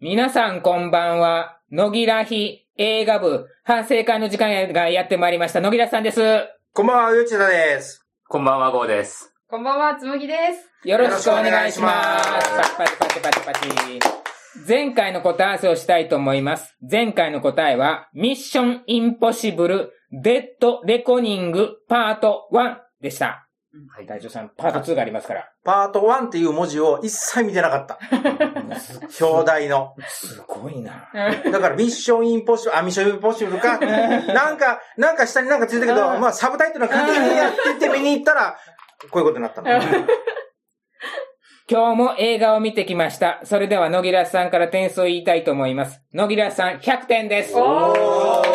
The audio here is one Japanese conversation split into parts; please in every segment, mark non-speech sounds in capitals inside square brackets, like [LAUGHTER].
皆さんこんばんは。野木らひ映画部反省会の時間がやってまいりました。野木らさんです。こんばんは、ゆうちだです。こんばんは、ゴーです。こんばんは、つむぎです。よろしくお願いします。よろしくお願いしますパチパチパチパチパチ。前回の答え合わせをしたいと思います。前回の答えは、ミッションインポッシブルデッドレコニングパート1でした。はい大丈夫さん、パート2がありますから。パート1っていう文字を一切見てなか [LAUGHS] った。表題の。すごいな。うんだから、ミッションインポッシブル、あ、ミッションインポッシブル [LAUGHS] か。なんか、なんか下になんかついてたけうど、んまあ、サブタイトルが書いてるやってて見に行ったら、こういうことになったの。今日も映画を見てきました。それでは、野木らさんから点数を言いたいと思います。野木らさん、100点です。おー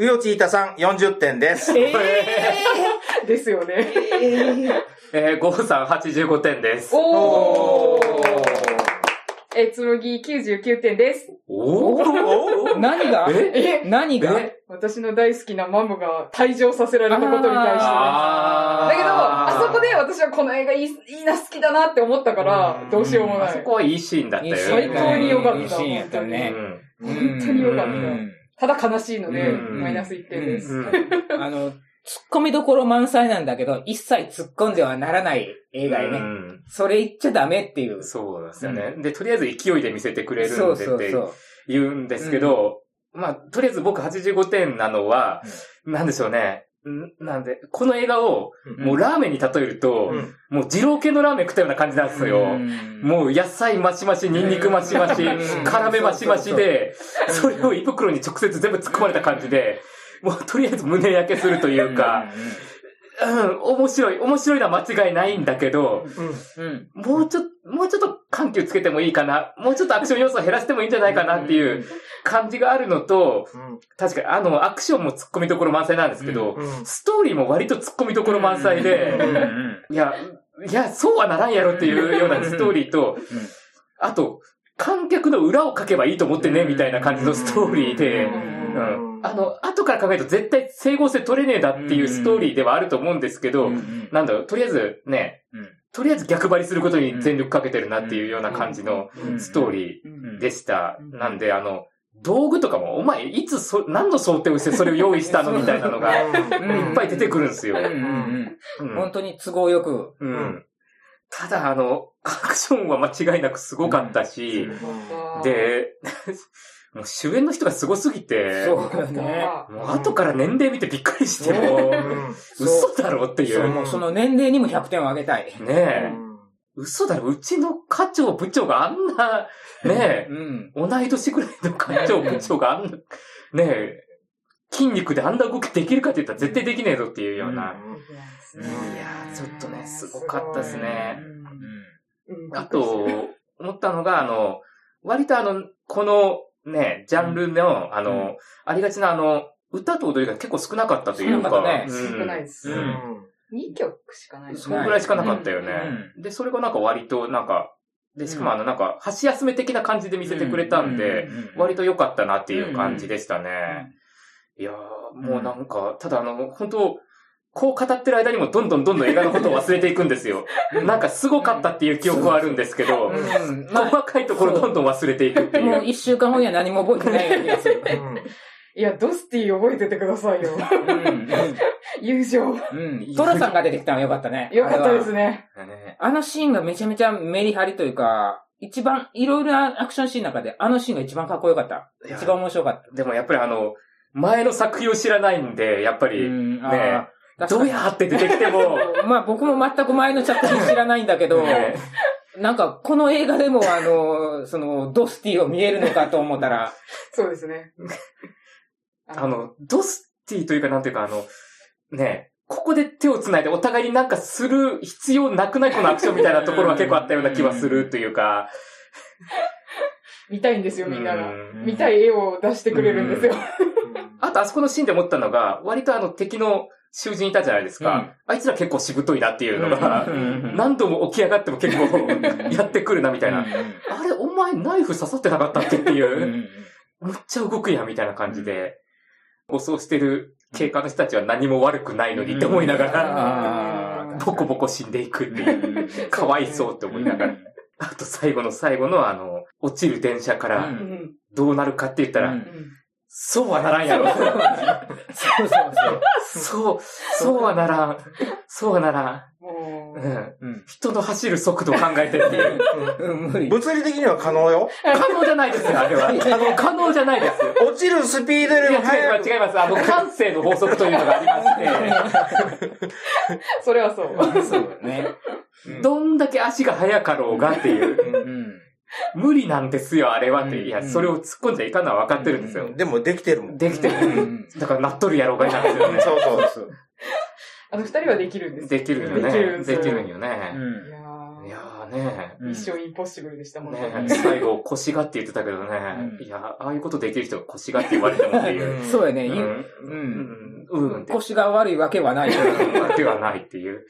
うよちいたさん、40点です。えーですよね。えー、ゴーさん85点です。おおーーえ、つむぎ99点です。おー何がえ何がえ私の大好きなマムが退場させられたことに対して。だあーけど、あそこで私はこの映画いいいいな、好きだなって思ったから、どうしようもあなそい。こはいいシーンだったよね。最高に良かったいいシーンやったね。本当に良かったうんただ悲しいので、うんマイナス1点うでんす。うん。うんあの、突っ込みどころ満載なんだけど、一切突っ込んではならない映画やね。うんそれ言っちゃダメっていう。そうなんですよね。で、とりあえず勢いで見せてくれそるうんでそっうてそう。言うんですけど、まあ、とりあえず僕85点なのは、なんでしょうね。んなんで、この映画を、もうラーメンに例えると、うんもう二郎系のラーメン食ったような感じなんですよ。んもう野菜ましまし、ニンニクましまし、うん辛めましましで、そそそううそうれを胃袋に直接全部突っ込まれた感じで、もうとりあえず胸焼けするというか、、うん、面白い、面白いのは間違いないんだけど、うんうんうん。もうちょっと、もうちょっと緩急つけてもいいかな、もうちょっとアクション要素を減らしてもいいんじゃないかなっていう感じがあるのと、うん確かにあの、アクションも突っ込みどころ満載なんですけど、うんストーリーも割と突っ込みどころ満載で、うんうんいや、いや、そうはならんやろっていうよ [LAUGHS] うなストーリーと、あと、観客の裏を書けばいいと思ってね、みたいな感じのストーリーで、ううんん。あの、後から考えると絶対整合性取れねえだっていうストーリーではあると思うんですけどう、んなんだろう、とりあえずねうん、とりあえず逆張りすることに全力かけてるなっていうような感じのうんストーリーでした。うんなんで、あの、道具とかも、お前、いつそ、何の想定をしてそれを用意したのみたいなのが、いっうんうんぱい出てくるんですよ。うんうんううんん本当に都合よく。うん。ただ、あの、アクションは間違いなくすごかったし、うんで、 [LAUGHS] もう主演の人がすごすぎて、そうだね。もう後から年齢見てびっくりして、うんうもうんそう [LAUGHS] 嘘だろっていそうう。もうその年齢にも100点をあげたい。ねえ、嘘だろうちの課長部長があんな、ねえ、うん。同い年ぐらいの課長部長があんな、ねえ、筋肉であんな動きできるかって言ったら絶対できねえぞっていうよううな。んいやー、ちょっとね、すごかったですね。うんあと、思ったのが、あの、割とあの、このね、ジャンルの、あの、ありがちなあの、歌と踊りが結構少なかったという少なかか、ったねうん少ないです。うん2曲しかないですそんぐらいしかなかったよね。うで、それがなんか割と、なんか、で、しかもあの、なんか、箸休め的な感じで見せてくれたんで、割とと良かったなっていう感じでしたね。いやー、もうなんか、ただあの、本当こう語ってる間にもどんどんどんどん映画のことを忘れていくんですよ。なんかすごかったっていう記憶はあるんですけど、うんまあ細かいところどんどん忘れていくっていもうう。一週間後には何も覚えてないような気がする。いや、ドスティ覚えててください [LAUGHS] よ。友情。うん。うん。トラさんが出てきたのよかったね。よかったですね。ね。ねあのシーンがめちゃめちゃメリハリというか、一番、いろいろなアクションシーンの中で、あのシーンが一番かっこよかった。いや一番面白かっでもやっぱりあの、前の作品を知らないんで、やっぱた。り、んねあーどうやって出てきて [LAUGHS] も、まあ僕も全く前の作品知らないんだけど、ねなんかこの映画でもあの、その、ドスティを見えるのかと思ったら、そうです [LAUGHS] ね。あ、の、ドスティというかなんていうかあの、ね、ここで手を繋いでお互いになんかする必要なくないこのアクションみたいなところは結構あったような気はするというか。見たいんですよ、みんなうが。ん見たい絵を出してくれるんですよ。あとあそこのシーンで思ったのが、割とあの敵の囚人いたじゃないですか。あいつら結構しぶといなっていうのが、ん何度も起き上がっても結構やってくるなみたいな。あれ、お前ナイフ刺さってなかったっけっていう、むっちゃ動くやんみたいな感じで、護送してる警官の人たちは何も悪くないのにって思いながら、あーボコボコ死んでいくっていう、かわいそうって思いながら。あと最後の最後のあの、落ちる電車かうらんうんどうなるかって言ったら、うんそうはならんやろ。そうそうそう。そう、そうはならん。そうはならもん。ううん。うん。人の走る速度を考えてっていう。うん、無理。物理的には可能よ。可能じゃないですよ、あれは。あの、可能じゃないです。落ちるスピードよいりや、も違い速まくす、違います。あの、感性の法則というのがありまそれはそう。 [LAUGHS] そうね。して、どんだけ足が速かろうがっていう、うん。無理なんですよ、あれはって。うんいや、それを突っ込んじゃいかんのは分かってるんですよ。でもできてるもん。できてうる。んだから、なっとるやろうがいなんですよね。そうそうそう。あの二人はできるんです。できるよできるね。んですでよきるんようね。んいやいやー。ーね。うん一生インポッシブルでしたもんねんね。最後、腰がって言ってたけどね。うんいや、ああいうことできる人が腰がって言われてもっていう。そうやね。ういん。う。うんん。うん。って腰が悪いわけはない。ではないっていう。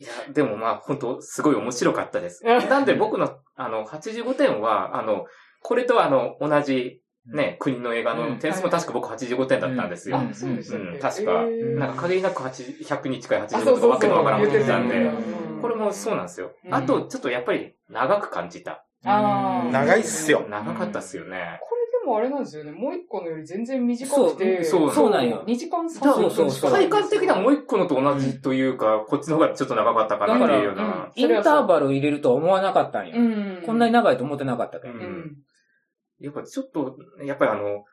いや、でもまあ、本当すごい面白かったです。なんで僕の、あの、85点は、あの、これとあの、同じ、ね、国の映画の点数も確か僕85点だったんですよ。うんあ、そうでしたっうんけ確かえーなんか限りなく80 100に近いあ、そ85うとかそわうけそうのわからん言こってと言ってたたんんでで、うんこれもそうなんですよ。うんあと、ちょっとやっぱり長く感じた。あー長いっすよ長かったっすよね。これでもあれなんですよね。もう一個のより全然短くて。そうそうなんよ2時間30だ分かそうらそうそう体感的にはもう一個のと同じというか、こっちの方がちょっと長かったかなっていうようだからな。インターバル入れるとは思わなかったんうよ。ん。こんなに長いと思ってなかったけど。ううんん。やっぱちょっと、やっぱりあの、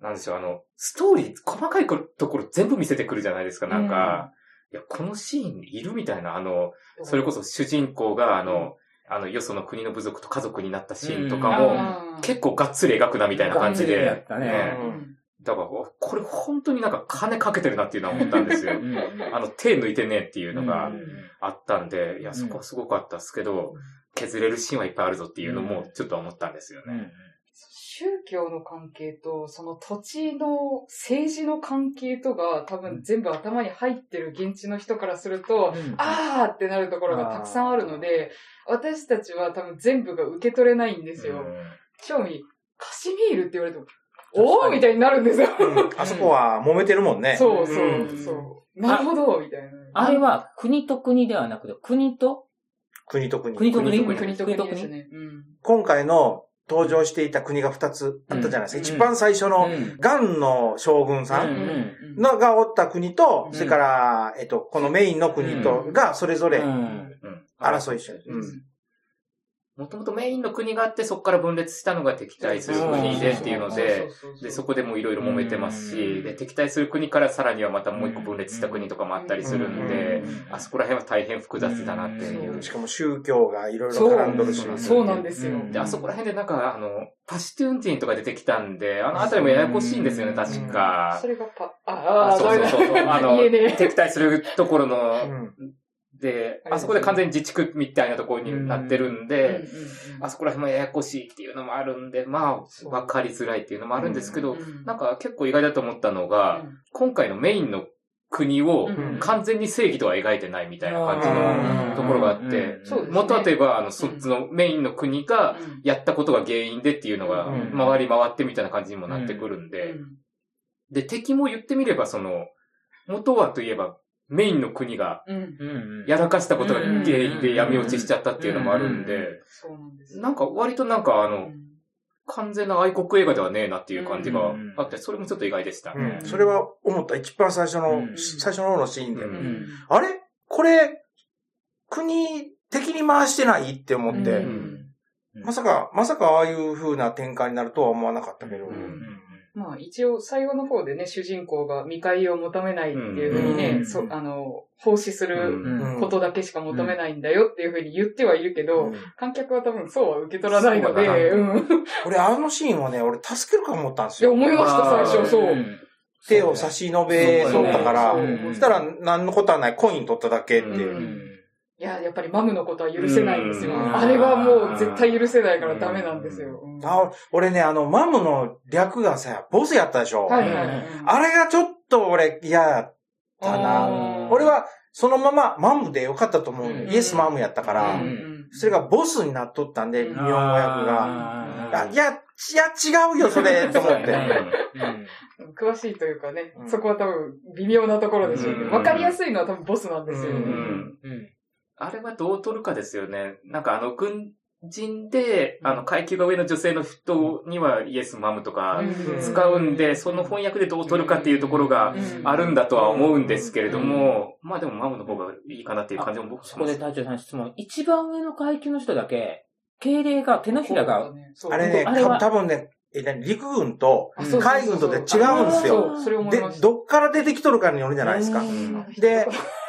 なんでしょう、あの、ストーリー、細かいこところ全部見せてくるじゃないですか、なんか。いや、このシーンいるみたいな、あの、それこそ主人公が、あの、あの、よその国の部族と家族になったシーンとかうんも、あー結構がっつり描くなみたいな感じで。がっつりやったねうんだから、おこれ本当になんか金かけてるなっていうのは思ったんですよう。んあの、手抜いてねっていうのうがんあったんで、いや、うんそこはすごかったですけど、削れるシーンはいっぱいあるぞっていうのも、ちょっと思ったんですようね。ん宗教の関係と、その土地の政治の関係とが多分全部頭に入ってる現地の人からすると、うんあーってなるところがたくさんあるので、私たちは多分全部が受け取れないんですよ。正味、カシミールって言われても、お確かーにみたいになるんですよ。あそこは揉めてるもんね。そううそんうそう。なるほど、みたいな。あれは国と国ではなくて、国と国と国。国と国国国と国でしたね。うん今回の登場していた国が2つあったじゃないですか。うん一番最初の、うんガンの将軍さうんんうんな、のがおった国と、うんそれから、えっと、このメインの国とう、んがそれぞれうんうん争いしてる。うんもともとメインの国があって、そこから分裂したのが敵対する国でっていうので、で、そこでもいろいろ揉めてまうすし、ん。で、敵対する国からさらにはまたもう一個分裂した国とかもあったりするんで、あそこら辺は大変複雑だなっていううんしかも宗教がいろいろ絡んどるしそ。うそうなんですよ。うんで、あそこら辺でなんか、あの、パシュトゥンティンとか出てきたんで、あの辺りもややこしいんですよね、うん確かそ。れがパ、あああ、そうそうそう。あの、 [LAUGHS] 言えねえ敵対するとこうろの、んで、あそこで完全に自治区みたいなところになってるんうんで、あそこら辺もややこしいっていうのもあるんで、まあ、わかりづらいっていうのもあるんですけうど、んうん。なんか、か結構意外だと思ったのが、うん今回のメインの国をうん完全に正義とは描いてないみたいな感じの、のところがあってうんそうです元はといえば、あの、そっちのメインの国がうんやったことが原因でっていうのがうん、回り回ってみたいな感じにもなってくるんで、で、敵も言ってみれば、その、元はといえば、メインの国がうんうん。うんうんやらかしたことが原因で闇落ちしちゃったっていうのもあるんで、そうなんです。なんか割となんかあうの、ん完全な愛国映画ではねえなっていう感じがうんあって、それもちょっと意外でした。うんそれは思った。一番最初の、うん最初の方のシーンで。ううんんあれこれ、国敵に回してないって思っうて、んまさか、まさかああいう風な展開になるとは思わなかったけど。うんまあ一応最後の方でね、主人公が見返りを求めないっていうふうにね、うんそあの、奉仕するうんうんことだけしか求めないんだよっていうふうに言ってはいるけど、うん観客は多分そうは受け取らないので、そうだなうん。っ俺、あのシーンはね、俺助けるか思ったんですてよ。思いました、最初、そう。手を差し伸べそうそうだから、そうそしたら何のことはない、コイン取っただけって。ういや、やっぱりマムのことは許せないんですよ。うんあれはもう絶対許せないからダメなんですよ。うんあ俺ね、あの、マムの略がさ、ボスやったでしょ。はいはいはい。あれがちょっと俺嫌やっあたーな。うん俺、はそのままマムでよかったと思う、うんイエスマムやったから、うんそれがボスになっとったんで、う日ん本語訳が。ああいや、いや、違うよ、[LAUGHS] それ、と思っそうやねて。詳しいというかねう、んそこは多分微妙なところでしょうけうんど、わかりやすいのは多分ボスなんですよ。ううんあれはどう取るかですよね。なんかあの、軍人で、あの、階級が上の女性の人にはイエスマムとかうん使うんで、その翻訳でどう取るかっていうところがあるんだとは思うんですけれども、まあでもマムの方がいいかなっていう感じも僕しそま。こです隊長さん質問。一番上の階級の人だけ、敬礼が、手のひらが、そうあれね、あれはた多分ね、え何陸軍とあそうそうそう海軍とで違うんですよそうそれ思いでまし、た。どっから出てきとるかによるじゃないですかう。んで、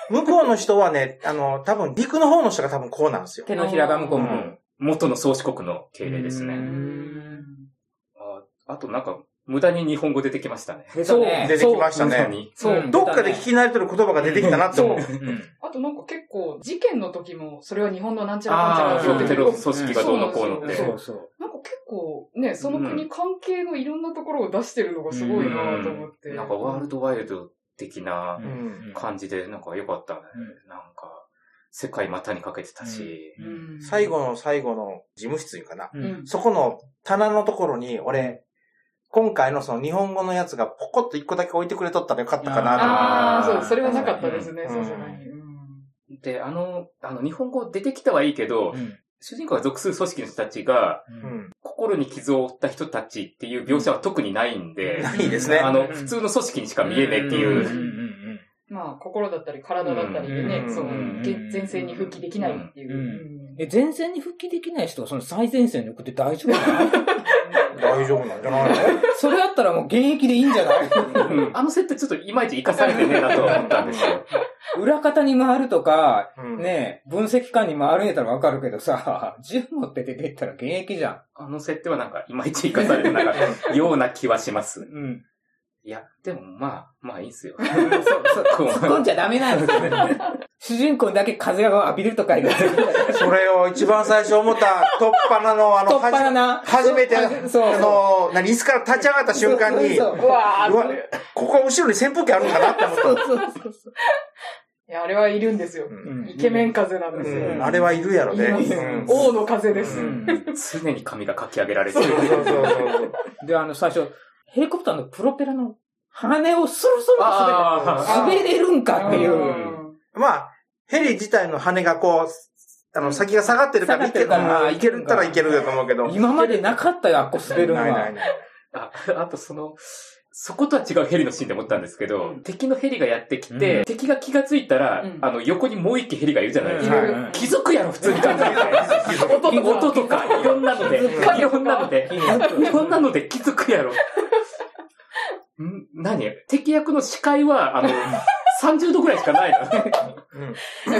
向こうの人はね、あの、多分陸の方の人が多分こうなんですよ。手のひらが向こうう向ん元の宗主国の敬礼ですううね。んああとなんか、無駄に日本語出てきましたね。う。そうね。出てきました無駄ね。に。そう。どっかで聞き慣れてる言葉が出てきたなって思う。うんあとなんか結構、事件の時も、それは日本のなんちゃらかんちゃあらあ、っそうてや言っっててテるけロど、組織がどうのこうのって。そうそう。なんか結構ね、その国関係のいろんなところを出してるのがすごいなと思って。なんかワールドワイルド的なううん感じで、なんか良かったね。なんか、世界股にかけてたし。う。うんん最後の最後の事務室かな。ううんん。そこの棚のところに、俺、今回のその日本語のやつがポコッと一個だけ置いてくれとったらよかったかなと思う。ああ、あーそう、それはなかったですね、うんそうじゃない。で、あの、あの、日本語出てきたはいいけど、主人公が属する組織の人たちが、うん心に傷を負った人たちっていう描写は特にないんで、ないですね。あの、普通の組織にしか見えねえっていう。う。まあ、心だったり体だったりでうねん、そのうん、げ前線に復帰できないっていううんうん。え、前線に復帰できない人はその最前線に送って大丈夫なの大丈夫なんじゃないのそれだったらもう現役でいいんじゃないうんあの設定ちょっといまいち活かされてねえなとは思ったんで [LAUGHS] すよ。裏方に回るとか、うんねえ、分析官に回るんやったらわかるけどさ、銃持って出てったら現役じゃあの設定はなんかいまいち活かされてなかったような気はしまん。す。うん。いや、でもまあ、まあいいんすよ。そうそう突っ込んじゃダメなんですよ。主人公だけ風を浴びるとか言う。それを一番最初思った、突破なの、あ突の、破だな。初めて、あそう。の、何、椅子から立ち上がった瞬間に、そううわうわー、ここは後ろに扇風機あるんかなって思っそうそうそうそうそう。いや、あれはいるんですよ。うんイケメン風なんですよ。た。うん、あれはいるやろね。いうんまそすう王の風でうす。ん常に髪がかき上げられてる。そうそうそう。で、あの、最初、ヘリコプターのプロペラの羽をスルスルと滑ってあー滑れるんかっていうう。んまあ、ヘリ自体の羽がこう、あの、先が下がってるから、下がっいてけるる、からうんいけるったらいけると思うけど。今までなかったよ、あっこ滑るのないないは。ない。ああとその、そことは違うヘリのシーンで思ったんですけど、敵のヘリがやってきて、う敵が気がついたら、うんあの、横にもう一機ヘリがいるじゃないですか。うん気づくやろ、普通に考えたら。音とか音とか、いろんなので、づくいろんなので、うんいろんなので気づくやろ。ん何敵役の視界は、あの、30度ぐらいしかないの。うん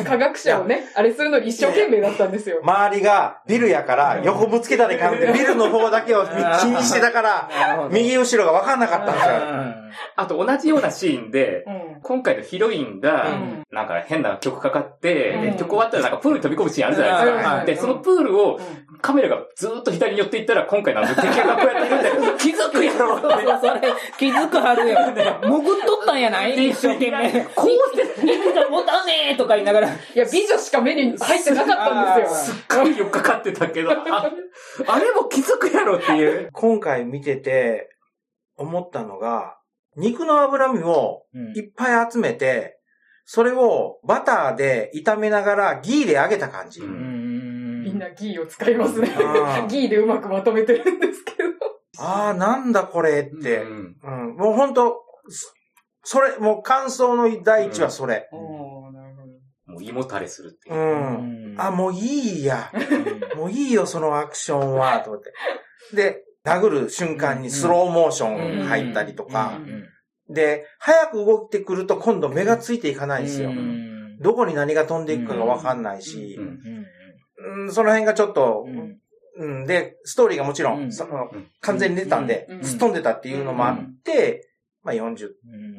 科学者をね、あれするのに一生懸命だったんですよ。周りがビルやから、横ぶつけたらいかんって、ビルの方だけを気にしてたから、なるほど右後ろが分かんなかったんですよ。あと同じようなシーンで、うん今回のヒロインが、うんなんか変な曲かかって、うんで曲終わったらなんかプールに飛び込むシーンあるじゃないですか。うんで、そのプールをうカメラがずーっと左に寄っていったら、今回なんか敵がこうやっ [LAUGHS] ているんだよ。気づくやろっそうそうそれ、気づくはずよ。潜っとったんやない一生懸命。こうして、肉が持たねえとか言いながら。んいや、美女しか目に入ってなかったんですよ。て、よっかかってたけど、ああれも気づくやろっていう。今回見てて、思ったのが、肉の脂身をいっぱい集めて、それをバターで炒めながらギーで揚げた感じ。ううんんみんなギーを使いますねあー。ギーでうまくまとめてるんですけど。ああ、なんだこれってう。んうん、もうほんと、そそれ、もう感想の第一はそれ。おーなるほどもう胃もたれするっていうん。う。あ、もういいや。もういいよ、そのアクションは、と思って。で、殴る瞬間にスローモーション入ったりとかう。んで、早く動いてくると今度目がついていかないんですよう。んどこに何が飛んでいくかがわかんないしう、んうん、その辺がちょっとう、んうん、で、ストーリーがもちろうんん、そのうん完全に出たんでうんう、んすっ飛んでたっていうのもあって、まあ40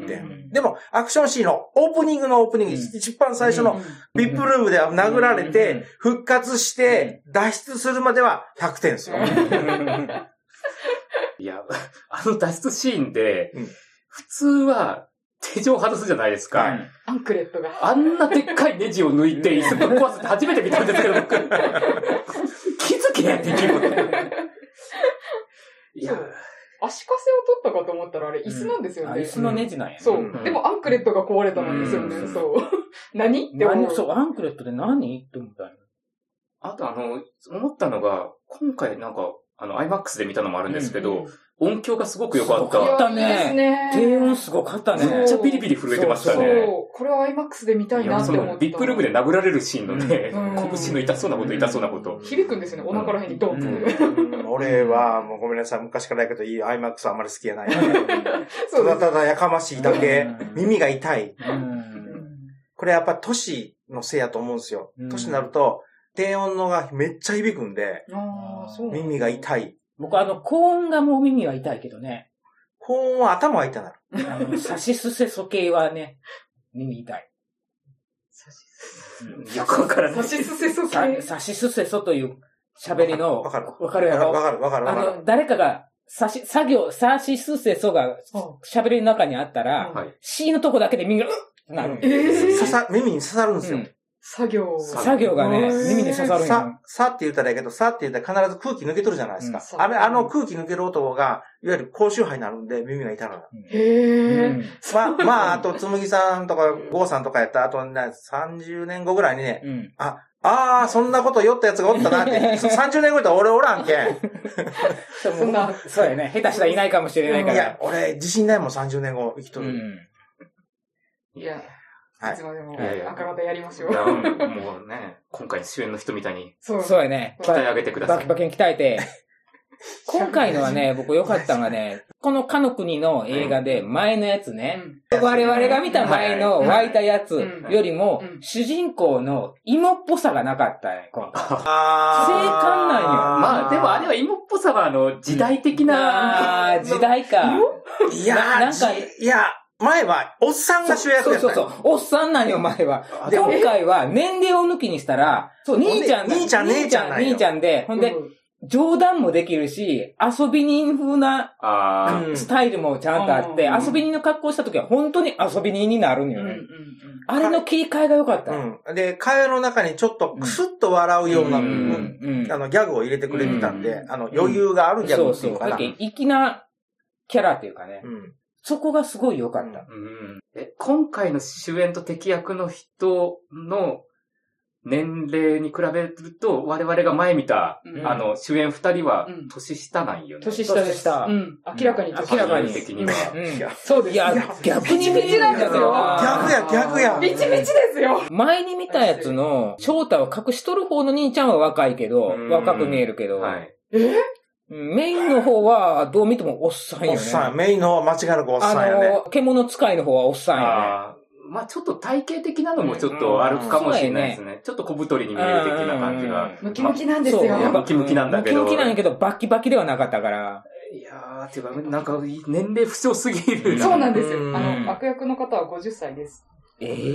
うん点。うんでも、アクションシーンのオープニングのオープニング、うん一番最初のビップルームで殴られうんて、復活して、脱出するまでは100点ですよ。いや、 [LAUGHS] あの脱出シーンでうん、普通は手錠外すじゃないですか。はい [LAUGHS] アンクレットが。あんなでっかいネジを抜いて椅子ぶっ壊すって初めて見たんですけ [LAUGHS] ど、僕。気づけや、敵も。いや、。足かせを取ったかと思ったらあれ椅子なんですよあね。椅子のネジなんやね。そううんでもアンクレットが壊れたんですようね。んそう。何って思何う。そう、アンクレットで何って思ったよ。あとあの、思ったのが、今回なんか、あの、IMAX で見たのもあるんですけど、音響がすごく良かっすごかたっ。たねですね。低音すごかったためっねち。ゃピリピリ震えてましたね。そう、これは IMAX で見たいいなや、ってそ思ったの、。ビップルームで殴られるシーンのね、うん拳の痛そうなこと、痛そうなこと。響くんですよね、お腹らへんにドンって。うんうん俺は、もうごめんなさい、昔からやけど、いい IMAX あんまり好きやない。そたうでだす。ただやかましいだけうん、耳が痛い。うんこれやっぱ都市のせいやと思うんですようん。都市になると、低音のがめっちゃ響くんで、ああ、そう。耳がい。痛い。僕あの、高音がもう耳は痛いけどね。高音は頭が痛なる。あの、サシスセソ系はね、耳痛い。よくわからな差い。しすせそさ系。サシスセソという喋りの、わかるわかるやわろかるわかるあわかる。の、誰かが、さし、作業、サシスセソが喋りの中にあったら、はい。 C のとこだけで耳が、うっってなるんえよ。ー刺さ、耳に刺さるんですよ。作業。作業がね、耳に刺さるんよさ、。さって言ったらやけど、さって言ったら必ず空気抜けとるじゃないですか。うんあれ、あの空気抜ける音が、いわゆる高周波になるんで耳が痛なる。へえ。まあ、まあ、あと、つむぎさんとか、ゴーさんとかやった後にね、30年後ぐらいにね、うん。うん。あ、ああ、そんなこと酔ったやつがおったな [LAUGHS] って、そ30年後やったら俺おらんけん。そそんな。そうやね。下手したらいないかもしれないかいやら。、俺、自信ないもん、30年後生きとうる。ん。いや、はいいつまでもいやいや赤方やりましょ。いうやもうね、今回主演の人みたいにそう。そうやね。鍛え上げてくだバさキい。バキに鍛えて。今回のはね、僕良かったのがね、このかの国の映画で前のやつうね、ん我々が見た前の湧いたやつよりもう、ん主人公の芋っぽさがなかったね、今回。あ正解なんよまあ、でもあれは芋っぽさは、あの、時代的な、あー時代か。いやななんー、かじいや、前は、おっさんが主役やったそんうよそうそう。おっさんなんよ、前は。あでも今回は年齢を抜きにしたら、そう、兄ちゃんだ兄ちゃん姉ちゃんなんよ兄ちゃんで、ほんで、冗談もできるし、遊び人風なあうんスタイルもちゃんとあって、うん遊び人の格好した時は本当に遊び人になるんうんようんね。うん。あれの切り替えが良かった。うん。で、会話の中にちょっとクスッと笑うような、ううんんうんあの、ギャグを入れてくれてたんで、うんあの、余裕があるギャそうグっていそうう。かだな。けど粋なキャラっていうかねう、ん。そこがすごい良かった。ーうんえ今回の主演と敵役の人の年齢に比べると、我々が前見た、うんあの、主演二人はうん年下なんよね。年下で年す。下うん。明らかに年下明らかに俳優的には。うんいやそうです。いや、逆に見えるんだけどな逆や逆やピチピチですよ。前に見たやつの、正体を隠しとる方の兄ちゃんは若いけどう、ん若く見えるけど、はい。えうんメインの方はどう見てもおっさんよおね。っさん、メインの方は間違いなくおっさんやあね。の、獣使いの方はおっさんやね。あーまあちょっと体型的なのもちょっとあるかもしれないですね。ちょっと小太りに見える的な感じうがん。ムキムキなんですよ。そうやっぱムキムキなんだけどムキムキなんやけど、バキバキではなかったから。いやー、てか、なんか、年齢不詳すぎるそう [LAUGHS] なんですうんよ。あの、悪役の方は50歳です。ええ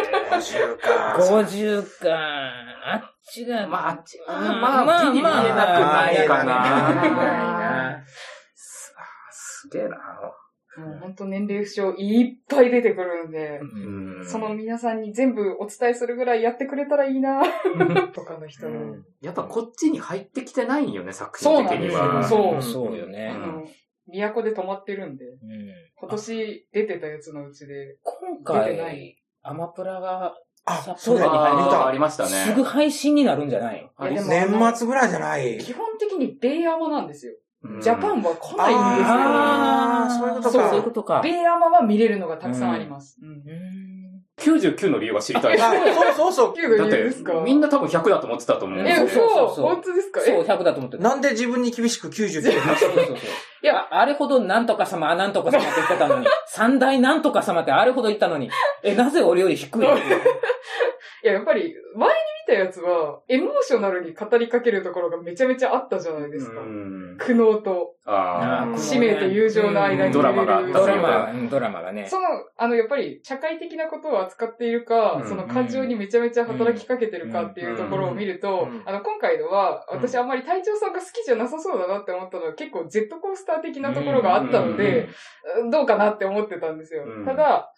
50か。 50か。あっちが、 [LAUGHS] まあ、あっちは、ままあ、あまあ、まあギリ見えなくないかまあ見えないなな。すあすげえな。もう本当年齢不詳いっぱい出てくるんで、うんその皆さんに全部お伝えするぐらいやってくれたらいいな、とかの人うの。ん [LAUGHS] やっぱこっちに入ってきてないんよね、作品的には。そううんそうよあね。の、都で泊まってるんで、うん今年出てたやつのうちで、今出てない回、アマプラがあ、札そう幌や、に入る見ああ、あた。りましたすね。ぐ配信になるんじゃないありいやでも年末ぐらいじゃない。基本的に米アマなんですよ。うんジャパンは来ないんですよ。ああーーそういうことそかう、そういうことか。米アマは見れるのがたくさんあります。うんうん99の理由は知りたい。あだっ、そうそうそ九が理由てですか、みんな多分100だと思ってたと思うんでえ、そうそう、そう本当ですかそう、え、 100だと思ってう。た。なんで自分に厳しく99って言うのそうそう [LAUGHS] そう。いや、あれほどなんとか様、なんとか様って言ってた [LAUGHS] のに、三大なんとか様ってあれほど言ったのに、え、なぜ俺より低いのいや、やっぱり、前に見たやつは、エモーショナルに語りかけるところがめちゃめちゃあったじゃないですか。うん苦悩と、あうんあ、使命と友情の間にドラマが触れるドラマ、うんドラマがね。その、あの、やっぱり、社会的なことを扱っているか、うんその感情にめちゃめちゃ働きかけてるかっていうところを見ると、うんあの、今回のは、うん私あんまり隊長さんが好きじゃなさそうだなって思ったのは、結構ジェットコースター的なところがあったので、どうかなって思ってたんですよ。うんただ、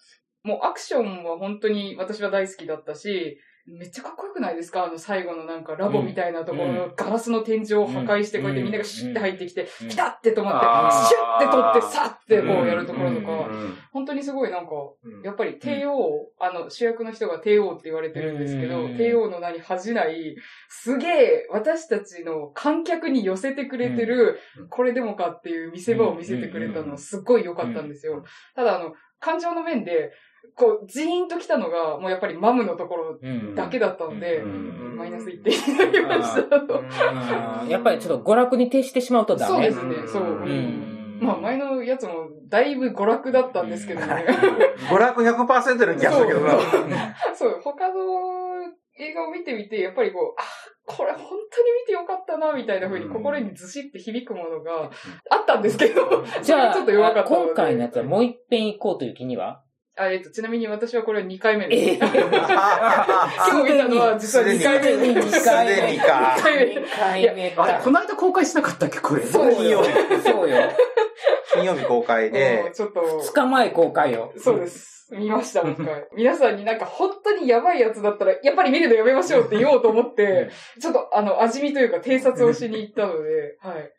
もうアクションは本当に私は大好きだったし、めっちゃかっこよくないですかあの最後のなんかラボみたいなところのガラスの天井を破壊して、こうやってみんながシュッて入ってきて、ピタッて止まって、シュッて取って、さってこうやるところとか、本当にすごいなんか、やっぱり帝王、あの主役の人が帝王って言われてるんですけど、帝王の名に恥じない、すげえ私たちの観客に寄せてくれてる、これでもかっていう見せ場を見せてくれたのすっごい良かったんですよ。ただあの、感情の面で、こう、ジーンと来たのが、もうやっぱりマムのところだけだったんで、マイナス1点になりましたやっぱりちょっと娯楽に徹してしまうとダメそうですね、そう。まあ前のやつもだいぶ娯楽だったんですけどね。娯楽100%の気がするけどな。 [LAUGHS] そう、他の映画を見てみて、やっぱりこう、あ、これ本当に見てよかったな、みたいな風に心にずしって響くものがあったんですけど、じゃあ、ちょっと弱かった今回のやつはもう一遍行こうという気には [LAUGHS] あ、えっと、ちなみに私はこれは2回目です。今日見たのは実は2回目です。2回目2回目あれ、この間公開しなかったっけこれ。そうよ。そうよ。金曜日公開 [LAUGHS] で、。ちょっと。 2日前公開よ。そうです。見ました、もう [LAUGHS] 一回。皆さんになんか本当にやばいやつだったら、やっぱり見るのやめましょうって言おうと思って、ちょっとあの、味見というか偵察をしに行ったので、 [LAUGHS] はい。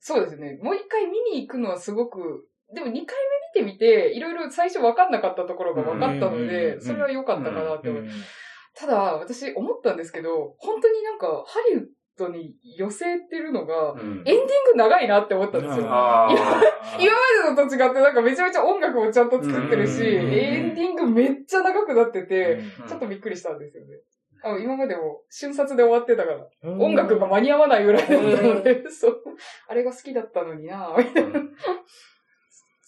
そうですね。もう一回見に行くのはすごく、でも2回目見てみて、いろいろ最初分かんなかったところが分かったので、それは良かったかなって思う。ただ、私思ったんですけど、本当になんか、ハリウッドに寄せてるのが、エンディング長いなって思ったんですよ。今までのと違ってなんかめちゃめちゃ音楽もちゃんと作ってるし、エンディングめっちゃ長くなってて、ちょっとびっくりしたんですよね。あ今までも瞬殺で終わってたから、 [LAUGHS] 音楽が間に合わないぐらいだったので、そう。あれが好きだったのになぁ、みたいな。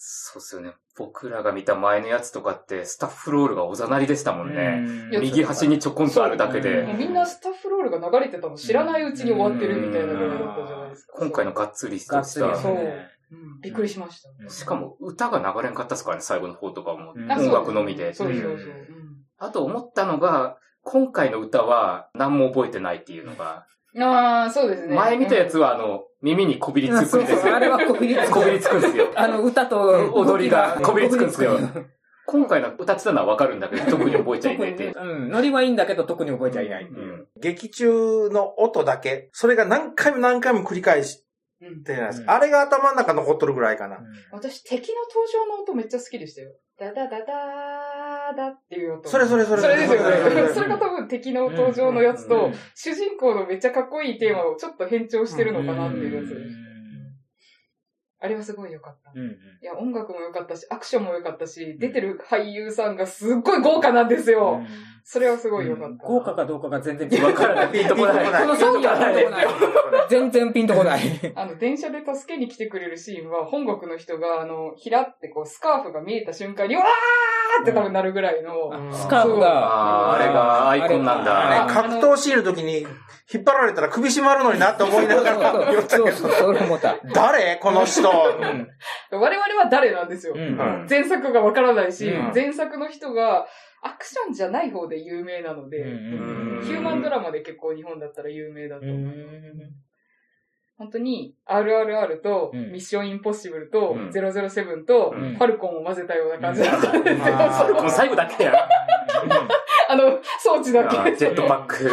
そうっすよね。僕らが見た前のやつとかって、スタッフロールがおざなりでしたもんね。ん右端にちょこんとあるだけで。みんなスタッフロールが流れてたの知らないうちに終わってるみたいなぐらいだったじゃないですか。今回のがっつりした。そう。びっくりしました。しかも歌が流れんかったですからね、最後の方とかも。音楽のみで。そうそうそう。あと思ったのが、今回の歌は何も覚えてないっていうのが。ああ、そうですね。前見たやつは、あの、耳にこびりつくんです [LAUGHS] よ。あれはこびりつく。こびりつくんですよ。あの、歌と踊りがこびりつくんですよ。今回の歌ってたのはわかるんだけど、特に覚えちゃいないって。うん。ノリはいいんだけど、特に覚えちゃいない。うん劇中の音だけ、それが何回も何回も繰り返し、ってないですか。あれが頭の中残っとるぐらいかな。私、敵の登場の音めっちゃ好きでしたよ。ダダダダーだっていう音。それそれそれ。それですよね。それが多分敵の登場のやつと、主人公のめっちゃかっこいいテーマをちょっと変調してるのかなっていうやつ。あれはすごい良かった。いや、音楽も良かったし、アクションも良かったし、出てる俳優さんがすっごい豪華なんですよ。それはすごい良かった。豪華かどうかが全然違う。わから [LAUGHS] ない。ピンとこない。このシーンはピンとこない。全然ピンとこない。あの、電車で助けに来てくれるシーンは、本国の人が、あの、ひらってこう、スカーフが見えた瞬間に、わーって多分なるぐらいの。スカーフが、あれがアイコンなんだ。格闘シールの時に、引っ張られたら首絞まるのになって思いながら言ったけど。そうそう、思った。 [LAUGHS] 誰この人。 [LAUGHS] 我々は誰なんですよ。前作がわからないし、前作の人が、アクションじゃない方で有名なので、ヒューマンドラマで結構日本だったら有名だと思います。本当に、RRR と、ミッションインポッシブルと、007と、ファルコンを混ぜたような感じだったんですけど、最後だけや。 [LAUGHS] あの、装置だけ。ジェットパック。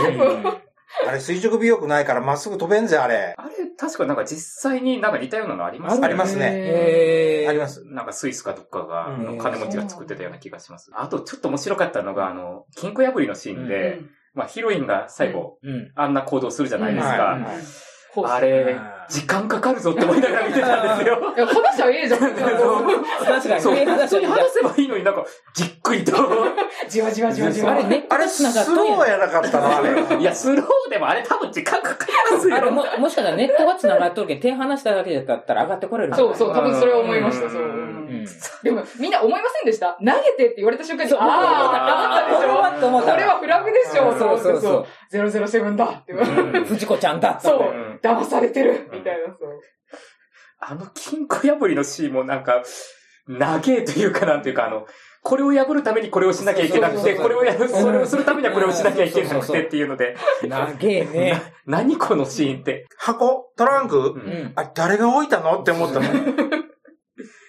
あれ、垂直尾翼ないからまっすぐ飛べんぜ、あれ。あれ、確かなんか実際になんか似たようなのありますありますね。あります。なんかスイスかどっかが、金持ちが作ってたような気がします。あと、ちょっと面白かったのが、あの、金庫破りのシーンで、まあ、ヒロインが最後、あんな行動するじゃないですか。あれ、時間かかるぞって思いながら見てたんですよ。いや、話しゃええじゃ [LAUGHS] ん。確かに。そう、普通に話せばいいのになんか、じっくりと。じわじわじわじわ。あれ、ね、あれ、スローやなかったな、あれ。いや、スローでもあれ多分時間かかりますよ。あれ、も、もしかしたらネットが繋がっとるけど、手離しただけだったら上がってこれる。そうそう、多分それは思いました、そう。でも、みんな思いませんでした投げてって言われた瞬間に、ああ、これは、 [LAUGHS] これはフラグでしょ。そうそうそう。 007だって。藤子ちゃんだって。そう。騙されてるみたいな、そう。あの金庫破りのシーンもなんか、長えというかなんていうか、あの、これを破るためにこれをしなきゃいけなくて、これをやる、それをするためにはこれをしなきゃいけなくてっていうので。長えね。何このシーンって。箱トランク、あ、誰が置いたのって思ったの。い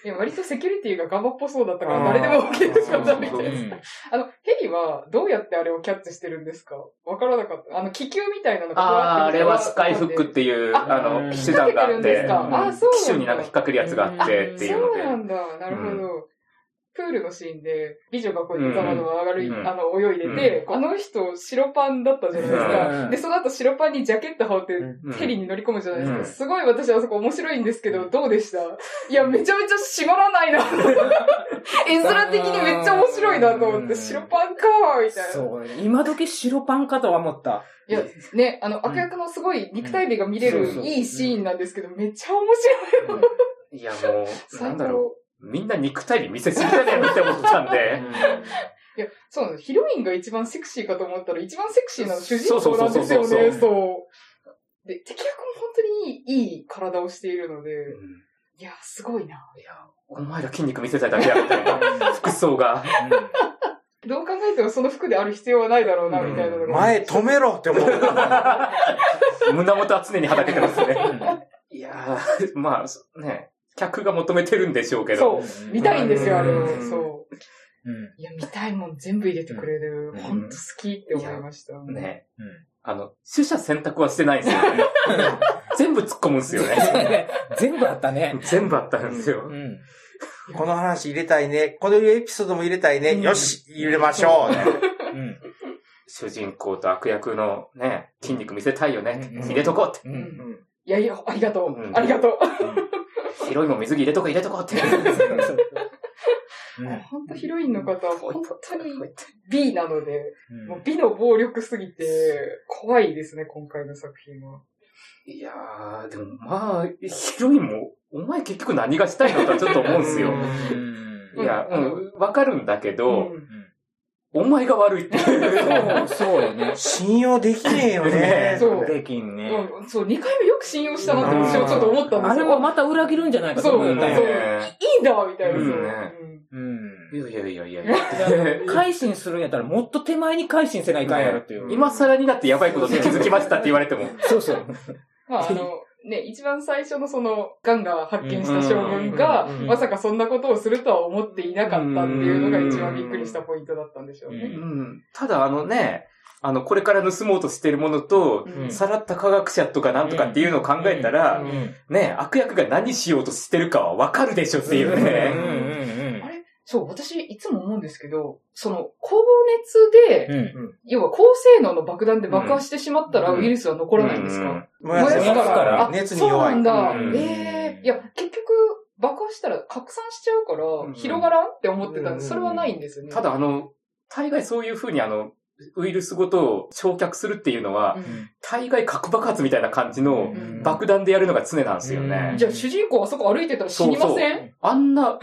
で割とセキュリティがガバっぽそうだったからあー誰でも OK ってしまったみたいそうそうなそう。あの、ヘリはどうやってあれをキャッチしてるんですかわからなかった。あの、気球みたいなのがこうやあー、あってれはスカイフックっこていう、ああうんの、手うやってかけ段がてあるっんでてす、か。うんあー、そう機種になんか引っ掛けるやつがあってっていうのそうでな。んだ。なるほど。プールのシーンで、美女がこうやってざわざわ上がる、うんあの、泳いでて、あの人、白パンだったじゃないですか。うんで、その後白パンにジャケット羽織って、うんヘリに乗り込むじゃないですか。うんすごい私あそこ面白いんですけど、どうでしたいや、めちゃめちゃ締まら [LAUGHS] ないな。絵面的にめっちゃ面白いなと思っうんて、白パンかーみたいな。そうね。今時白パンかとは思った。いや、ね、あの、悪役のすごい肉体美が見れうんるそうそういいシーンなんですけど、めっちゃ面白い。いや、もう、な最んだろ高。う。みんな肉体美見せすぎだねって思ったんで。いや、そうなんです。ヒロインが一番セクシーかと思ったら、一番セクシーなの主人公なんですそようそうそうね、そうそう。で、敵役も本当にいいいい体をしているので、いや、すごいな。いや、お前ら筋肉見せたいだけやみたいな。服装が。どう考えてもその服である必要はないだろうな、みたいなのが。前止めろって思う。胸元は常にはだけてますね。いやー、 [LAUGHS] まあ、そね、客が求めてるんでしょうけど。そう、見たいんですよ、あれをう。んそう。いや、見たいもん全部入れてくれるうん。ほんと好きって思いました。ねうん。あの、取捨選択はしてないんですよね。 [LAUGHS] 全部突っ込むんですよ [LAUGHS] ね。全部あったね。全部あったんですうよ。ん。この話入れたいね。このエピソードも入れたいね。うんよし入れましょう。うん。主人公と悪役のね、筋肉見せたいよね。うん入れとこうって。う。うんん。いやいや、ありがとうう。んありがとう。ヒロインも水着入れとこう入れとこうって。 [LAUGHS] ほんとヒロインの方は本当にほいと B なので、うんもう美の暴力すぎて、怖いですね、今回の作品は。いやー、でもまあ、ヒロインも、お前結局何がしたいのかちょっと思うんですよ。うんいや、ううんん、わかるんだけうど、んお前が悪いっていそう。う、そう [LAUGHS] よね。信用できねえよね。そうできんね。うんそう、2回目よく信用したなって私はちょっと思ったんであすれよ。もまた裏切るんじゃないかと思うよそうね。ねいいんだみたいな。そううんうんうんい。やいやいやいやいや。改心するんやったらもっと手前に改心せないかんやろっていう。今更になってやばいことに気づきましたって言われても。そうそう。まあ、あの、ね、一番最初のその、ガンガー発見した将軍がうんうんうんう、んまさかそんなことをするとは思っていなかったっていうのが一番びっくりしたポイントだったんでしょううね。うん。ただあのね、あの、これから盗もうとしてるものと、うんさらった科学者とかなんとかっていうのを考えたら、うんね、悪役が何しようとしてるかはわかるでしょっていううね。んそう、私いつも思うんですけど、その、高熱で、うんうん。要は高性能の爆弾で爆破してしまったらうんウイルスは残らないんですか、燃やすか燃やすからら、あ熱に弱い。そうなんだ。うんええいや、結局、爆破したら拡散しちゃうから、ん広がらんって思ってたんでうんす。それはないんですよね。ただあの、大概そういう風にあの、ウイルスごと焼却するっていうのは、うん、大概核爆発みたいな感じのうん爆弾でやるのが常なんですよね。じゃあ主人公あそこ歩いてたら死にませんそうあん [LAUGHS] な、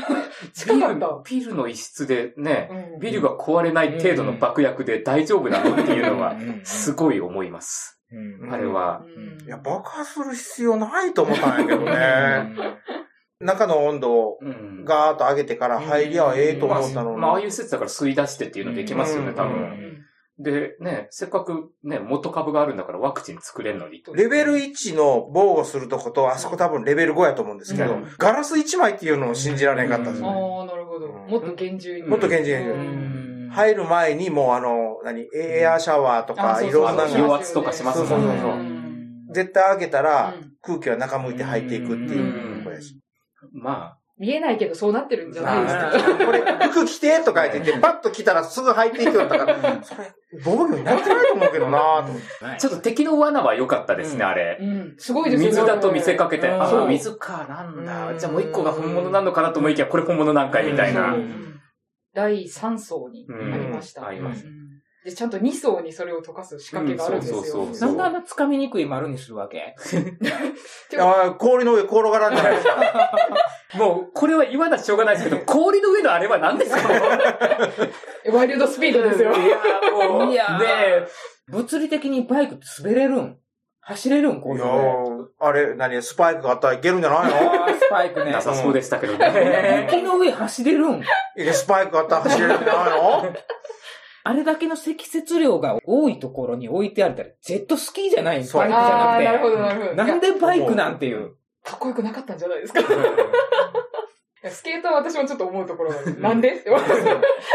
近かったビルビルの一室でね、うんビルが壊れない程度の爆薬で大丈夫なのっていうのは、すごい思います。うんんあれは。うんいや、爆破する必要ないと思ったんやけどね。中の温度をうんガーッと上げてから入りゃええと思ったのに。まあ、ああいう施設だから吸い出してっていうのできますよね、うん多う分。んで、ね、せっかくね、元株があるんだからワクチン作れるのにと。レベル1の防護するとこと、あそこ多分レベル5やと思うんですけど、うんガラス1枚っていうのを信じられへんかったんですよね。ああ、なるほど。もっと厳重に。うんもっと厳重うに。うん入る前にもうあの、何、エアシャワーとあかそういそうろあんのなそうそのう油圧とかしますそもうんそうね。そううん絶対開けたらうん空気は中向いて入っていくっていうとこやし。ま見えないけどそうなってるんじゃないですあか。これ、服着てとか言ってて、パッと着たらすぐ入っていくよったから、それ、防御になってないと思うけどなぁと思って。あ、ちょっと敵の罠は良かったですね、うんあれ。うん。すごいですよね。水だと見せかけて、うんあそあ、う水か、なんうだ。んじゃあもう一個が本物なのかなと思いきや、これ本物なんかいみたいなそう。第3層になりました。うんありまうすんで、ちゃんと2層にそれを溶かす仕掛けがあるんですよ。うんそうそうなそんであんな掴みにくい丸にするわけでもあー氷の上転がらんじゃないですか。もう、これは言わなしょうがないですけど、氷の上のあれは何ですかえワイルドスピードですよ。いやーもう、いねやーえ物理的にバイクって滑れるん走れるんこういいうやのーあれ、何、スパイクがあったらいけるんじゃないのあースパイクねな。さそうでしたけ [LAUGHS] どね。雪の上走れるんいやスパイクがあったら走れるんじゃないのあれだけの積雪量が多いところに置いてあるたら、ジェットスキーじゃないんそうバイクじああ、なゃなるほくど、なるほて。ど。なんいやでバイクなんていう。かっこよくなかったんじゃないですか。や [LAUGHS] スケートは私もちょっと思うところがあるなんでって思 [LAUGHS] っ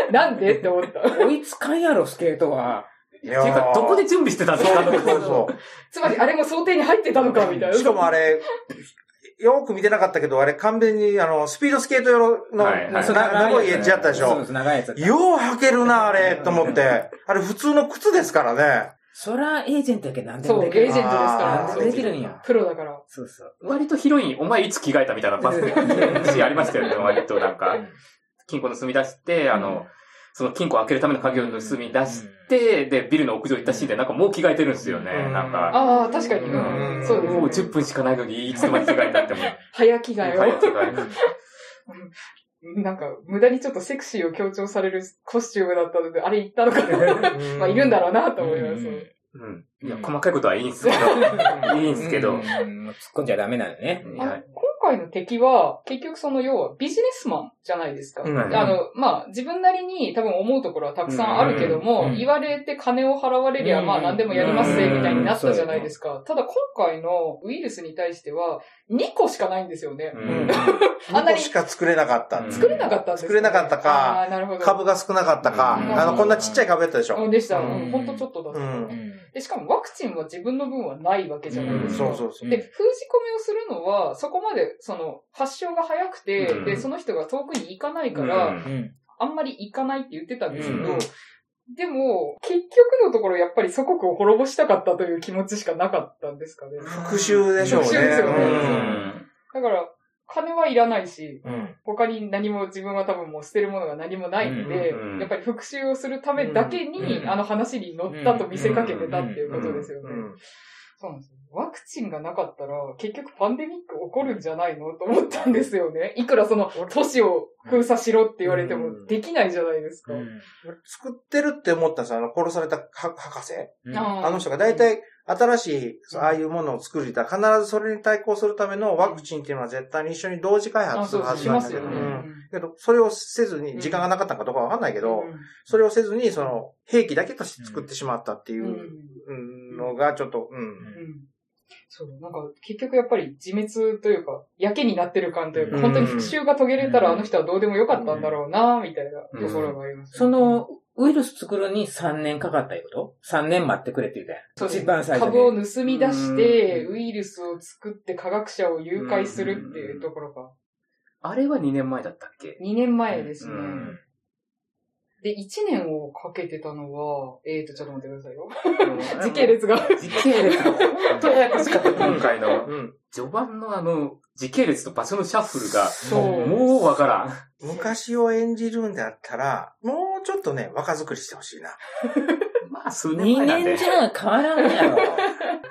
た。なんでって思った。追いつかんやろ、スケートは。いていうか、どこで準備してたんでそすかうそうそ。つまり、あれも想定に入ってたのか、みたいうな。しかもあれ、よく見てなかったけど、あれ完全にあの、スピードスケート用の、はいはいな長いエッジやったでしそうょで。す、長いやつやった。よう履けるな、あれ、と思って。あれ普通の靴ですからね。そら、エージェントやけど何でそもう、エでーきジェントるです。かなんら。でもできるんや。プロだから。そうそう。割とヒロイン、お前いつ着替えたみたいなパスありましたよね、割となんか。金庫盗み出して、あの、その金庫を開けるための鍵を盗み出して、で、ビルの屋上行ったシーンで、なんかもう着替えてるんですよねう、んなんか。ああ、確かに。うんそうですね。もう10分しかないのに、いつまで着替えたって思う。早着替え早を。着替えなんか、無駄にちょっとセクシーを強調されるコスチュームだったので、あれ行ったのかな。 [LAUGHS] まあ、いるんだろうなと思います。うん。いや、細かいことはいいんですけど、いいんですけど。うん。もう突っ込んじゃダメなのね。いあや今回の敵は、結局その要はビジネスマンじゃないですか。うんあの、まあ、自分なりに多分思うところはたくさんあるけども、うん言われて金を払われりゃ、うんまあ何でもやりますぜ、うんみたいになったじゃないですか。ただ今回のウイルスに対しては、2個しかないんですよね。ううんん。あん2なに個しか作れなかったんです。作れなかったんですよ作ねれなかったかあーなるほど。株が少なかったかう。んあの、こんなちっちゃい株やったでしうょん。でした。ううんん、ほんとちょっとだった、うん。で、しかもワクチンは自分の分はないわけじゃないですか。そうそうそう。で、封じ込めをするのは、そこまで、その、発症が早くて、うんで、その人が遠くに行かないから、うんうん。あんまり行かないって言ってたんですけど、うんでも、結局のところやっぱり祖国を滅ぼしたかったという気持ちしかなかったんですかね。復讐でしょうね。復讐ですよねうんだから、金はいらないし、うん。他に何も自分は多分もう捨てるものが何もないんで、うんやっぱり復讐をするためだけに、うんあの話に乗ったと見せかけてたっていうことですよね。うんそうなんですよ。ワクチンがなかったら、結局パンデミック起こるんじゃないのと思ったんですよね。いくらその、都市を封鎖しろって言われてうんも、できないじゃないですか。作ってるって思ったさ、あの、殺されたは博士ああの人が大体、新しい、そうああいうものを作りた、必ずそれに対抗するためのワクチンっていうのは絶対に一緒に同時開あ発すそるうはそう、ずしなまんだすけどよね。ううんんけど、それをせずに、うん時間がなかったのかどうかわかんないけど、それをせずに、その、兵器だけとして作ってしまったっていうんうんうのが、ちょっと、うん。うんそう、なんか結局やっぱり自滅というか、やけになってる感というか、うん本当に復讐が遂げれたらうんあの人はどうでもよかったんだろうな、みたいなうんところがあります、そ、の、ウイルス作るに3年かかったいうこと ?3 年待ってくれって言うたやんそうです一番最初に株を盗み出して、うウイルスを作って科学者を誘拐するっていうところが、あれは2年前だったっけ2年前ですね。うんで、1年をかけてたのは、えーと、ちょっと待ってくださいよ。時時系。列が。時系列が本当ややこしかった、今回の。うん序盤のあの、時系列と場所のシャッフルが、そう。もうわからん。昔を演じるんだったら、もうちょっとね、若作りしてほしいな。まあ、数年2前なんで年。じゃ変わらんやろ。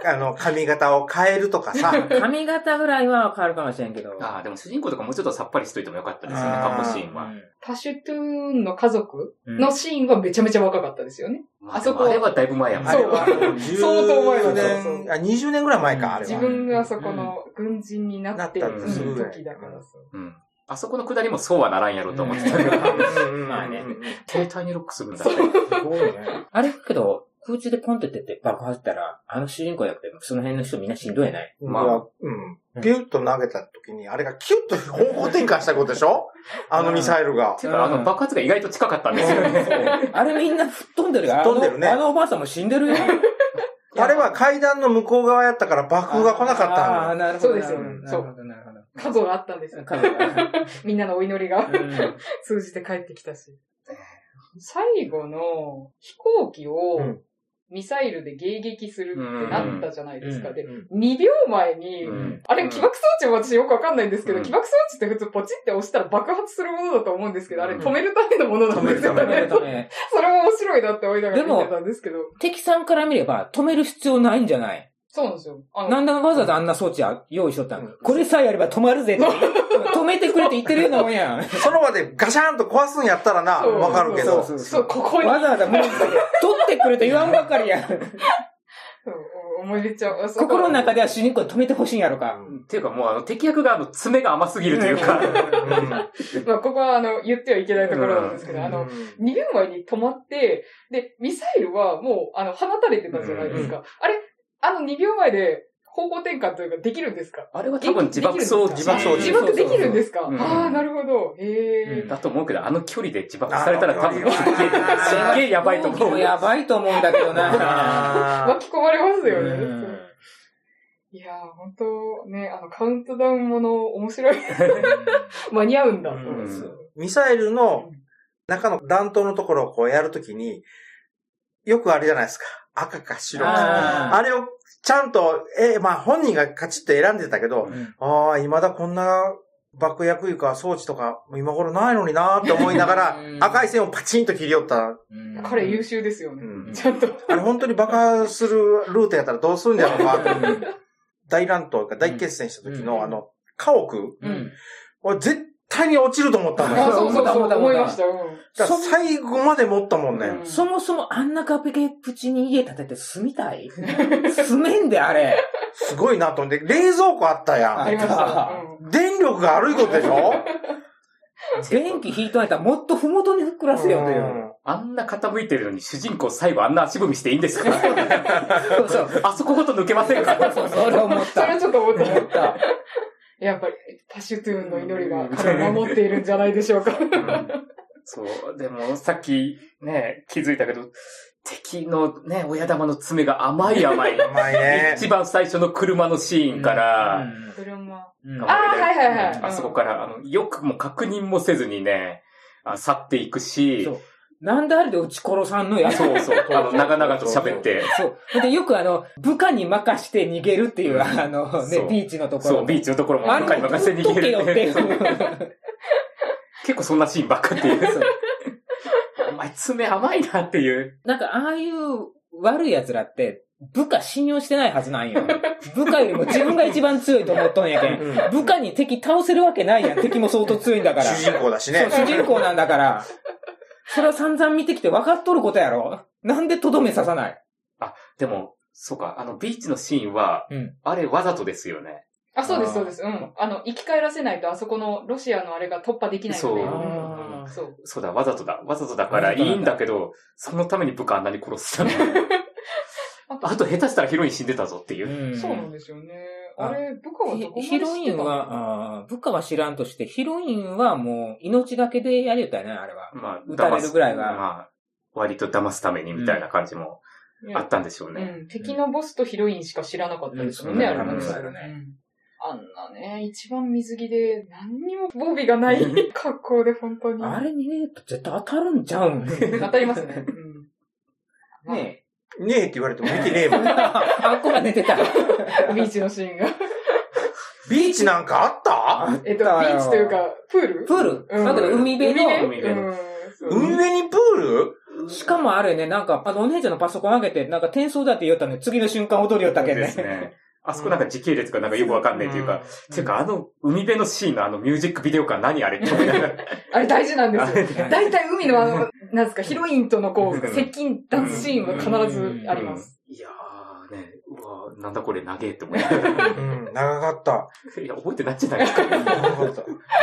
あの、髪型を変えるとか [LAUGHS] さ。髪型ぐらいは変わるかもしれんけど。ああ、でも主人公とかもうちょっとさっぱりしといてもよかったですよね、あーカップシーンは。パシュトゥーンの家族うんのシーンはめちゃめちゃ若かったですよね。まあ、あそこでもあれはだいぶ前やもんね。あれ [LAUGHS] はそう相当前10だ年、あ、20年ぐらい前か、あれ自は。分がそこの軍人になってなったうんすぐらい時だからそう。うん。あそこのくだりもそうはならんやろと思ってたけど、うんまあね。携帯にロックするんだそって。うすごいね。あれけど、空中でポンって出て爆発したら、あの主人公だってその辺の人みんなしんどいや [LAUGHS] ない。ままああ、うん。ピュッと投げた時に、あれがキュッと方向転換したことでしょあのミサイルがて。か、あの爆発が意外と近かったんですよね。あれみんな吹っ飛んでるよ。吹っ飛んでるねあのあのおばあさんも死んでるよ。あれは階段の向こう側やったから爆風が来あなかっあ、たの。なるほど。そうですよなるほど、なるほど。家族があったんですよ。家族みんなのお祈りがうん通じて帰ってきたし。最後の飛行機をうんミサイルで迎撃するってなったじゃないですうか。んでうん、 2秒前に、うんあれ、起爆装置も私よくわかんないんですけど、うん起爆装置って普通ポチって押したら爆発するものだと思うんですけど、あれうん止めるためのものなんですよ止止めねる。ため。 [LAUGHS] それも面白いなって思いながら見てたんですけど。敵さんから見れば止める必要ないんじゃないそうなんですよ。あなんでわざわざあんな装置は用意しとったうんんこれさえやれば止まるぜって。止めてくれって言ってるようなもんやん。その場でガシャーンと壊すんやったらな、そうわかるけど。そうそう、ここに、わざわざ無理して取ってくれと言わんばかりやん。そう思い出ちゃう。そう心の中では主人公に止めてほしいんやろうか。っていうかもうあの敵役があの爪が甘すぎるというか、んまあ、ここは、あの、言ってはいけないところなんですけど、あの、、2秒前に止まって、で、ミサイルはもう、あの、放たれてたじゃないですか。あれあの2秒前で、方向転換というかできるんですかあれは多分自爆装置。自爆装置自爆できるんですかうんああ、なるほど。へうんえ。だと思うけど、あの距離で自爆されたら多分あすっげえ、すっげえやばいと飛行機思もう。やばいと思うんだけどな。あ巻き込まれますようんね。いやー、本当ね、あの、カウントダウンもの面白い。 [LAUGHS] 間に合うんだと思って。ーミサイルの中の弾頭のところをこうやるときに、よくあれじゃないですか。赤か白か。あ [LAUGHS] あれをちゃんと、え、まあ本人がカチッと選んでたけど、ーああ、未だこんな爆薬床装置とか、今頃ないのになーって思いながらう、ん赤い線をパチンと切り寄った。うん彼優秀ですようね。んちゃんと。あれ本当に爆破するルートやったらどうするんだろうかと [LAUGHS] 思って、大乱闘か大決戦した時うんのあの、家屋、うん。俺絶対に落ちると思ったのうんあよ。そうそうそうだそそうう、だ [LAUGHS] 思いました。うんだから最後まで持ったもんね。うんそもそもあんな壁プチに家建てて住みたい住めんで、あれ。すごいなと思って、冷蔵庫あったああやりました。ん。電力が悪いことでしょ電気引いとんやったらもっとふもとにふっくらせよという。あんな傾いてるのに主人公最後あんな足踏みしていいんですかそうそう。あそこごと抜けませんかそう、それ思っそれはた。ちょっと思った思った。やっぱり、パシュトゥーンの祈りが彼を守っているんじゃないでしょうか。そう、でもさっきね、気づいたけど、敵のね、親玉の爪が甘い甘い。うまいね。 [LAUGHS] 一番最初の車のシーンから、車。うんあああ、はいはいはい。あそこから、あの、よくも確認もせずにね、あ去っていくしそ、うなんであれで打ち殺さんのやつそうそう、あの、長々と喋って、 [LAUGHS] そう。で、よくあの、部下に任して逃げるっていう、あの、そね、うビーチのところ。そう、ビーチ。チのところもあ部下れにも任せ取てっ逃とげけよっている。う。結 [LAUGHS] 構そんなシーンばっかっていう。お前爪甘いなっていう。なんか、ああいう悪い奴らって、部下信用してないはずなんよ。部下よりも自分が一番強いと思っとんやけん。うん部下に敵倒せるわけないやん。敵も相当強いんだから。主人公だしね。そう、主人公なんだから。それは散々見てきて分かっとることやろなんでとどめ刺さないでも、そうか、あの、ビーチのシーンは、うんあれわざとですよね。あ、そうです、そうです。うん。あの、生き返らせないと、あそこのロシアのあれが突破できないので。そうんそう。そうだ、わざとだ。わざとだからいいんだけど、そのために部下あんなに殺したの。あと下手したらヒロイン死んでたぞっていう。んそうなんですよね。あれ、部下はどこまでヒロインは、あー部下は知らんとして、ヒロインはもう命だけでやりよったよね、あれは。まあ、撃たれるぐらい騙すはまあ、割と騙すためにみたいな感じもあったんでしょううね。ん。敵のボスとヒロインしか知らなかったですもんね、うんあれはねうんそうだねんあんなね、一番水着で何にも防備がない格好で本当に。あれにね、絶対当たるんちゃうん。ね [LAUGHS] 当たりますね。うん。え。ねえって言われても見てねえもん。あっこが寝てた。ビーチのシーンが。ビーチなんかあったえっと、ビーチというか、プールプール、うんだけど海辺の、海辺のうんそう運営にプールしかもあれね、なんか、あの、お姉ちゃんのパソコン上げて、なんか転送だって言おったのに、次の瞬間踊りよったけんですね。ね。あそこなんか時系列がなんかよくわかんないというか、うんていうかあの海辺のシーンのあのミュージックビデオ感何あれって思いながら。あれ大事なんですよ。うん大体海のあの、なんですか、ヒロインとのこう、接近、ダンスシーンは必ずあります。いやーね、うわーなんだこれ長えって思いながら。うん、長かった。 [LAUGHS] いや、覚えてないんじゃないですか。長かっ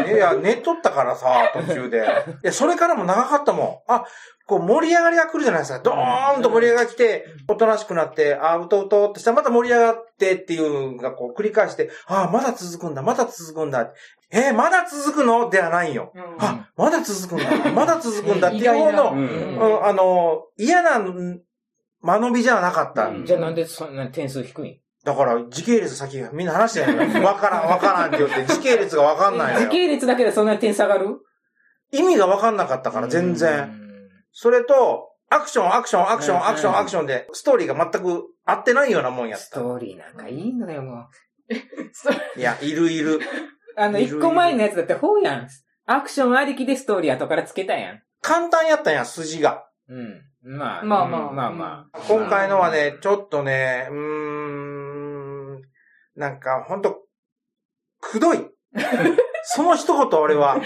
た。いや、寝とったからさ、途中で。いや、それからも長かったもん。あ、こう盛り上がりが来るじゃないですか。ドーンと盛り上がりが来て、おとなしくなって、あ、うとうとうってしたらまた盛り上がってっていうのがこう繰り返して、あ、まだ続くんだ、まだ続くんだ。えーまだ続くのではないよ。うんあ、まだ続くんだ、まだ続くんだっていう [LAUGHS] 意外なの、う。うんん、あの、嫌な間延びじゃなかった。うん [LAUGHS] じゃあなんでそんな点数低いんだから、時系列先、みんな話してないのよ。わからん、わからんって言って、時系列がわかんな時いのよ。系列だけでそんなに点下がる意味がわかんなかったから、全然。。それと、アクション、アクション、アクショうんン、アクション、アクションで、ストーリーが全く合ってないようなもんうんやっスた。トーリーなんかいいのよ、もう。いや、いるいる。あの、いろいろ一個前のやつだってうやん。アクションありきでストーリー後からつけたやん。簡単やったんや、筋が。うん。まあ、まあまあうんまあまあ。今回のはね、ちっょっとね、うーん、なんか、ほんと、く [LAUGHS] どい。その一言、俺は。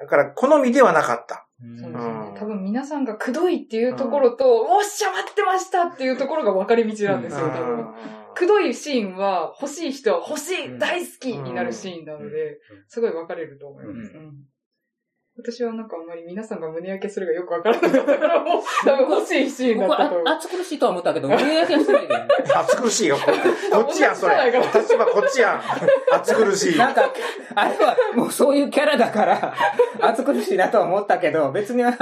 だから、好みではなかった。そうですんよね。多分皆さんがくどいっていうところと、おっしゃ待ってましたっていうところが分かれ道なんですよ、多う分。んくどいシーンは、欲しい人は欲しういん大好きになるシーンなので、すごい分かれると思います。ううん私はなんかあんまり皆さんが胸焼けするがよくわからなかったから、もう、多分欲しいシーンだ僕ったと思うは。あ暑苦しいとは思ったけど、胸焼けはしてないで。暑苦しいよ。ここっちやん、そ [LAUGHS] れ。立場こっちやん。暑苦しい。なんか、あれはもうそういうキャラだから、 [LAUGHS] 暑苦しいなとは思ったけど、別にあ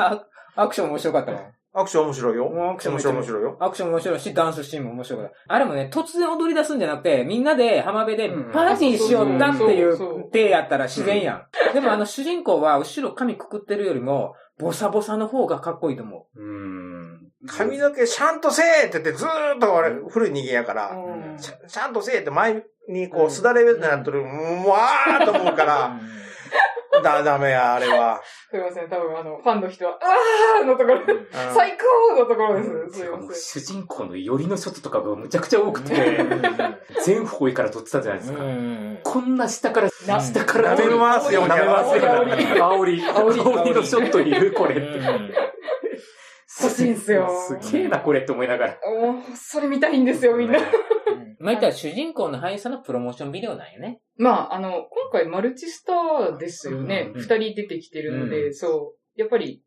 アクション面白かったもん。アクション面白いもよ。うア面クション白めっいちゃ面白いよ。アクションも面白いし、ダンスシーンも面白かった。あれもね、突然踊り出すんじゃなくて、みんなで浜辺でうんパーティーしよったっていそうそうそうう手やったら自然やん。でもあの主人公は後ろ髪くくってるよりも、ボサボサの方がかっこいいと思うん。髪の毛、シャンとせえって言って、ずーっと俺、古い人間やから、うんシャシャンとせえって前にこう、すだれべってなってる、うわーっと思うかう。 [LAUGHS] ら、だ、ダメや、あれは。すいません、多分あの、ファンの人は、あーのとこうろ、ん最高のところです。すいしかまもせ主人公の寄りのショットとかがむちゃくちゃ多くて、全方位から撮ってたじゃないですか。こんな下から、な下から舐めますよ舐めますよ。舐めますよ煽り、煽り、煽りのショットいるこれって。欲しいんすよすげえな、これって思いながら。ん。もう、それ見たいんですよ、みんな。まあ言ったら主人公の俳優さんのプロモーションビデオなんよね。まあ、あの、今回マルチスターですよね。うん二、人出てきてるので、うそう。やっぱり、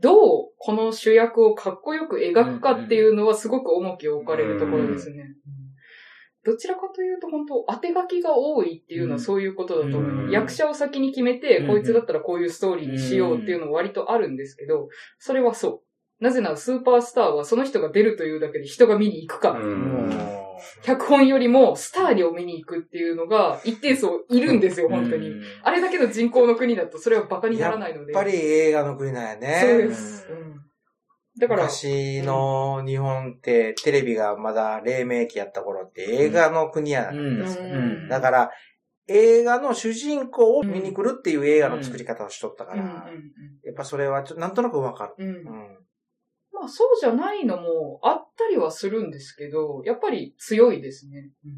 どうこの主役をかっこよく描くかっていうのはすごく重きを置かれるところですね。どちらかというと、本当当て書きが多いっていうのうんはそういうことだと思う。うん役者を先に決めて、うんこいつだったらこういうストーリーにしようっていうのは割とあるんですけど、それはそう。なぜならスーパースターはその人が出るというだけで人が見に行くから。うん。脚本よりもスターにを見に行くっていうのが一定層いるんですよ、本当うに。ん。あれだけの人口の国だとそれは馬鹿にならないので。やっぱり映画の国なんやね。そうです。うんだから、昔の日本ってテレビがまだ黎明期やった頃って映画の国や。うんうんだから、映画の主人公を見に来るっていう映画の作り方をしとったかうんら、やっぱそれはちょっとなんとなくわかる。うんううんうんん。まあそうじゃないのもあったりはするんですけど、やっぱり強いですね。うん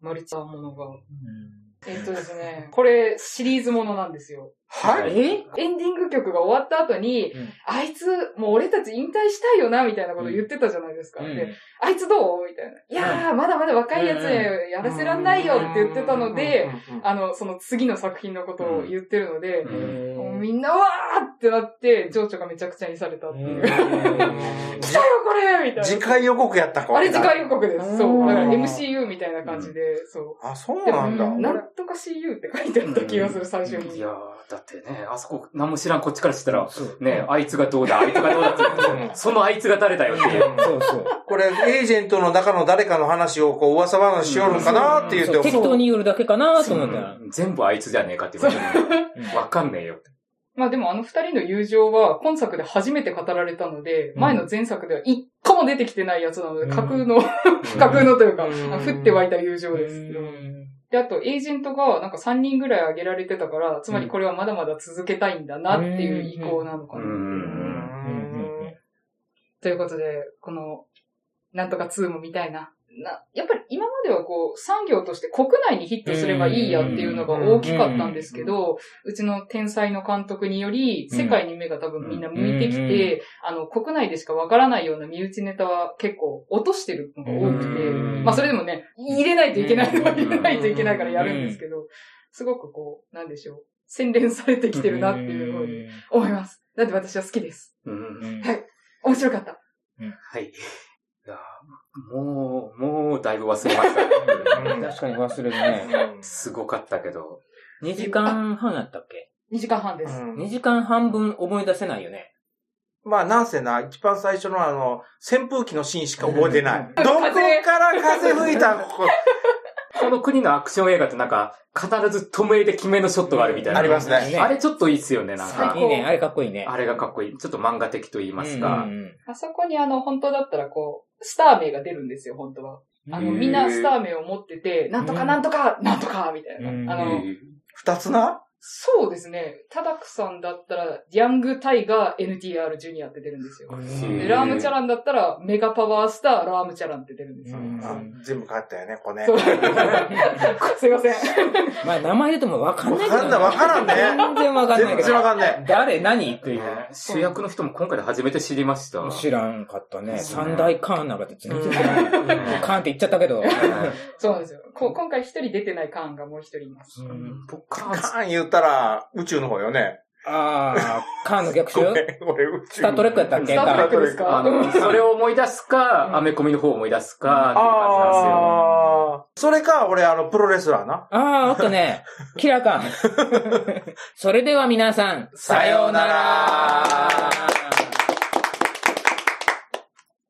マルチさんものが。えっとですね、これシリーズものなんですよ。はいえエンディング曲が終わった後に、うんあいつ、もう俺たち引退したいよな、みたいなこと言ってたじゃないですか。であいつどうみたいな。いやー、まだまだ若いやつにやらせらんないよって言ってたので、うん、うんあの、その次の作品のことを言ってるので、もうえみんなわーってなって、情緒がめちゃくちゃにされたっていう。来たよ、ーこれみた次いな。回予告やったかあれ次回予告でうす。んそう。だから MCU みたいな感じで、そあ、そうう。でもなんだ。なんとか CU って書いてあった気がする、最初いにや。ーだってね、あそこ、何も知らんこっちからしたら、そうね、あいつがどうだ、あいつがどうだって言ってうも、そのあいつが誰だよっていう。そうそう。これ、エージェントの中の誰かの話をこう噂話しよるんかなって言ってそう適当に。に言うだけかなと思ったら。全部あいつじゃねえかっていうことわかんねえよ。まあでもあの二人の友情は今作で初めて語られたので、うん前の前作では一個も出てきてないやつなのうで、ん架空の、架空のというか、あうんの降って湧いた友情そうでですす。。で、あとエージェントがなんか3人ぐらい挙げられてたから、つまりこれはまだまだ続けたいんだなっていう意向なのかうな。ん。ということで、この、なんとか2も見たいな。な、やっぱり今まではこう、産業として国内にヒットすればいいやっていうのが大きかったんですけど、うちの天才の監督により、世界に目が多分みんな向いてきて、あの、国内でしかわからないような身内ネタは結構落としてるのが多くて、うんまあそれでもね、入れないといけないのは入れないといけないからやるんですけど、すごくこう、なんでしょう。洗練されてきてるなっていうふうに思います。だって私は好きです。うん面白かった。はい。いやーもう、もうだいぶ忘れましたね。確かに忘れるね。すごかったけど。 2時間半やったっけ2時間半です。うん ?2 時間半分思い出せないよね。まあ、なんせな、一番最初のあの、扇風機のシーンしか覚えてない。どこから風吹いたのこここの国のアクション映画ってなんか、必ず透明で決めのショットがあるみたいな。ありますねあれちょっといいっすよね、なん最か高。いいね、あれかっこいいね。あれがかっこいい。ちょっと漫画的と言いますか。うんうんあそこにあの、本当だったらこう、スター名が出るんですよ、本当は。あの、へーみんなスター名を持ってて、なんとかなんとか、なんとか、みたいうんな。あの、二つなそうですね。タダクさんだったら、ヤングタイガー NTR ジュニアって出るんですよ。へでーラームチャランだったら、メガパワースターラームチャランって出るんですよ。うんあ全部帰ったよね、これそう [LAUGHS] ね。すいません。まあ、名前出てもわかんないけどね。わかんないわからんね全然わかんないけ全ど。然わかんない。誰何っていねう。主役の人も今回で初めて知りました。知らんかったね。そう三大カーンなんかって全然知らん。うんカーンって言っちゃったけど。そうなんですよ。こ今回一人出てないカーンがもう一人います。うん僕かカらーン言ったら、宇宙の方よね。あー、カーンの逆襲ごめん俺宇宙。スタートレックやったっけスタートレックですあか [LAUGHS] の、それを思い出すうか、んアメコミの方を思い出すか、っていう感じなんですよ。ああ。それか、俺、あの、プロレスラーな。ああ、あとね、 [LAUGHS] キラーか。それでは皆さん、さようなら。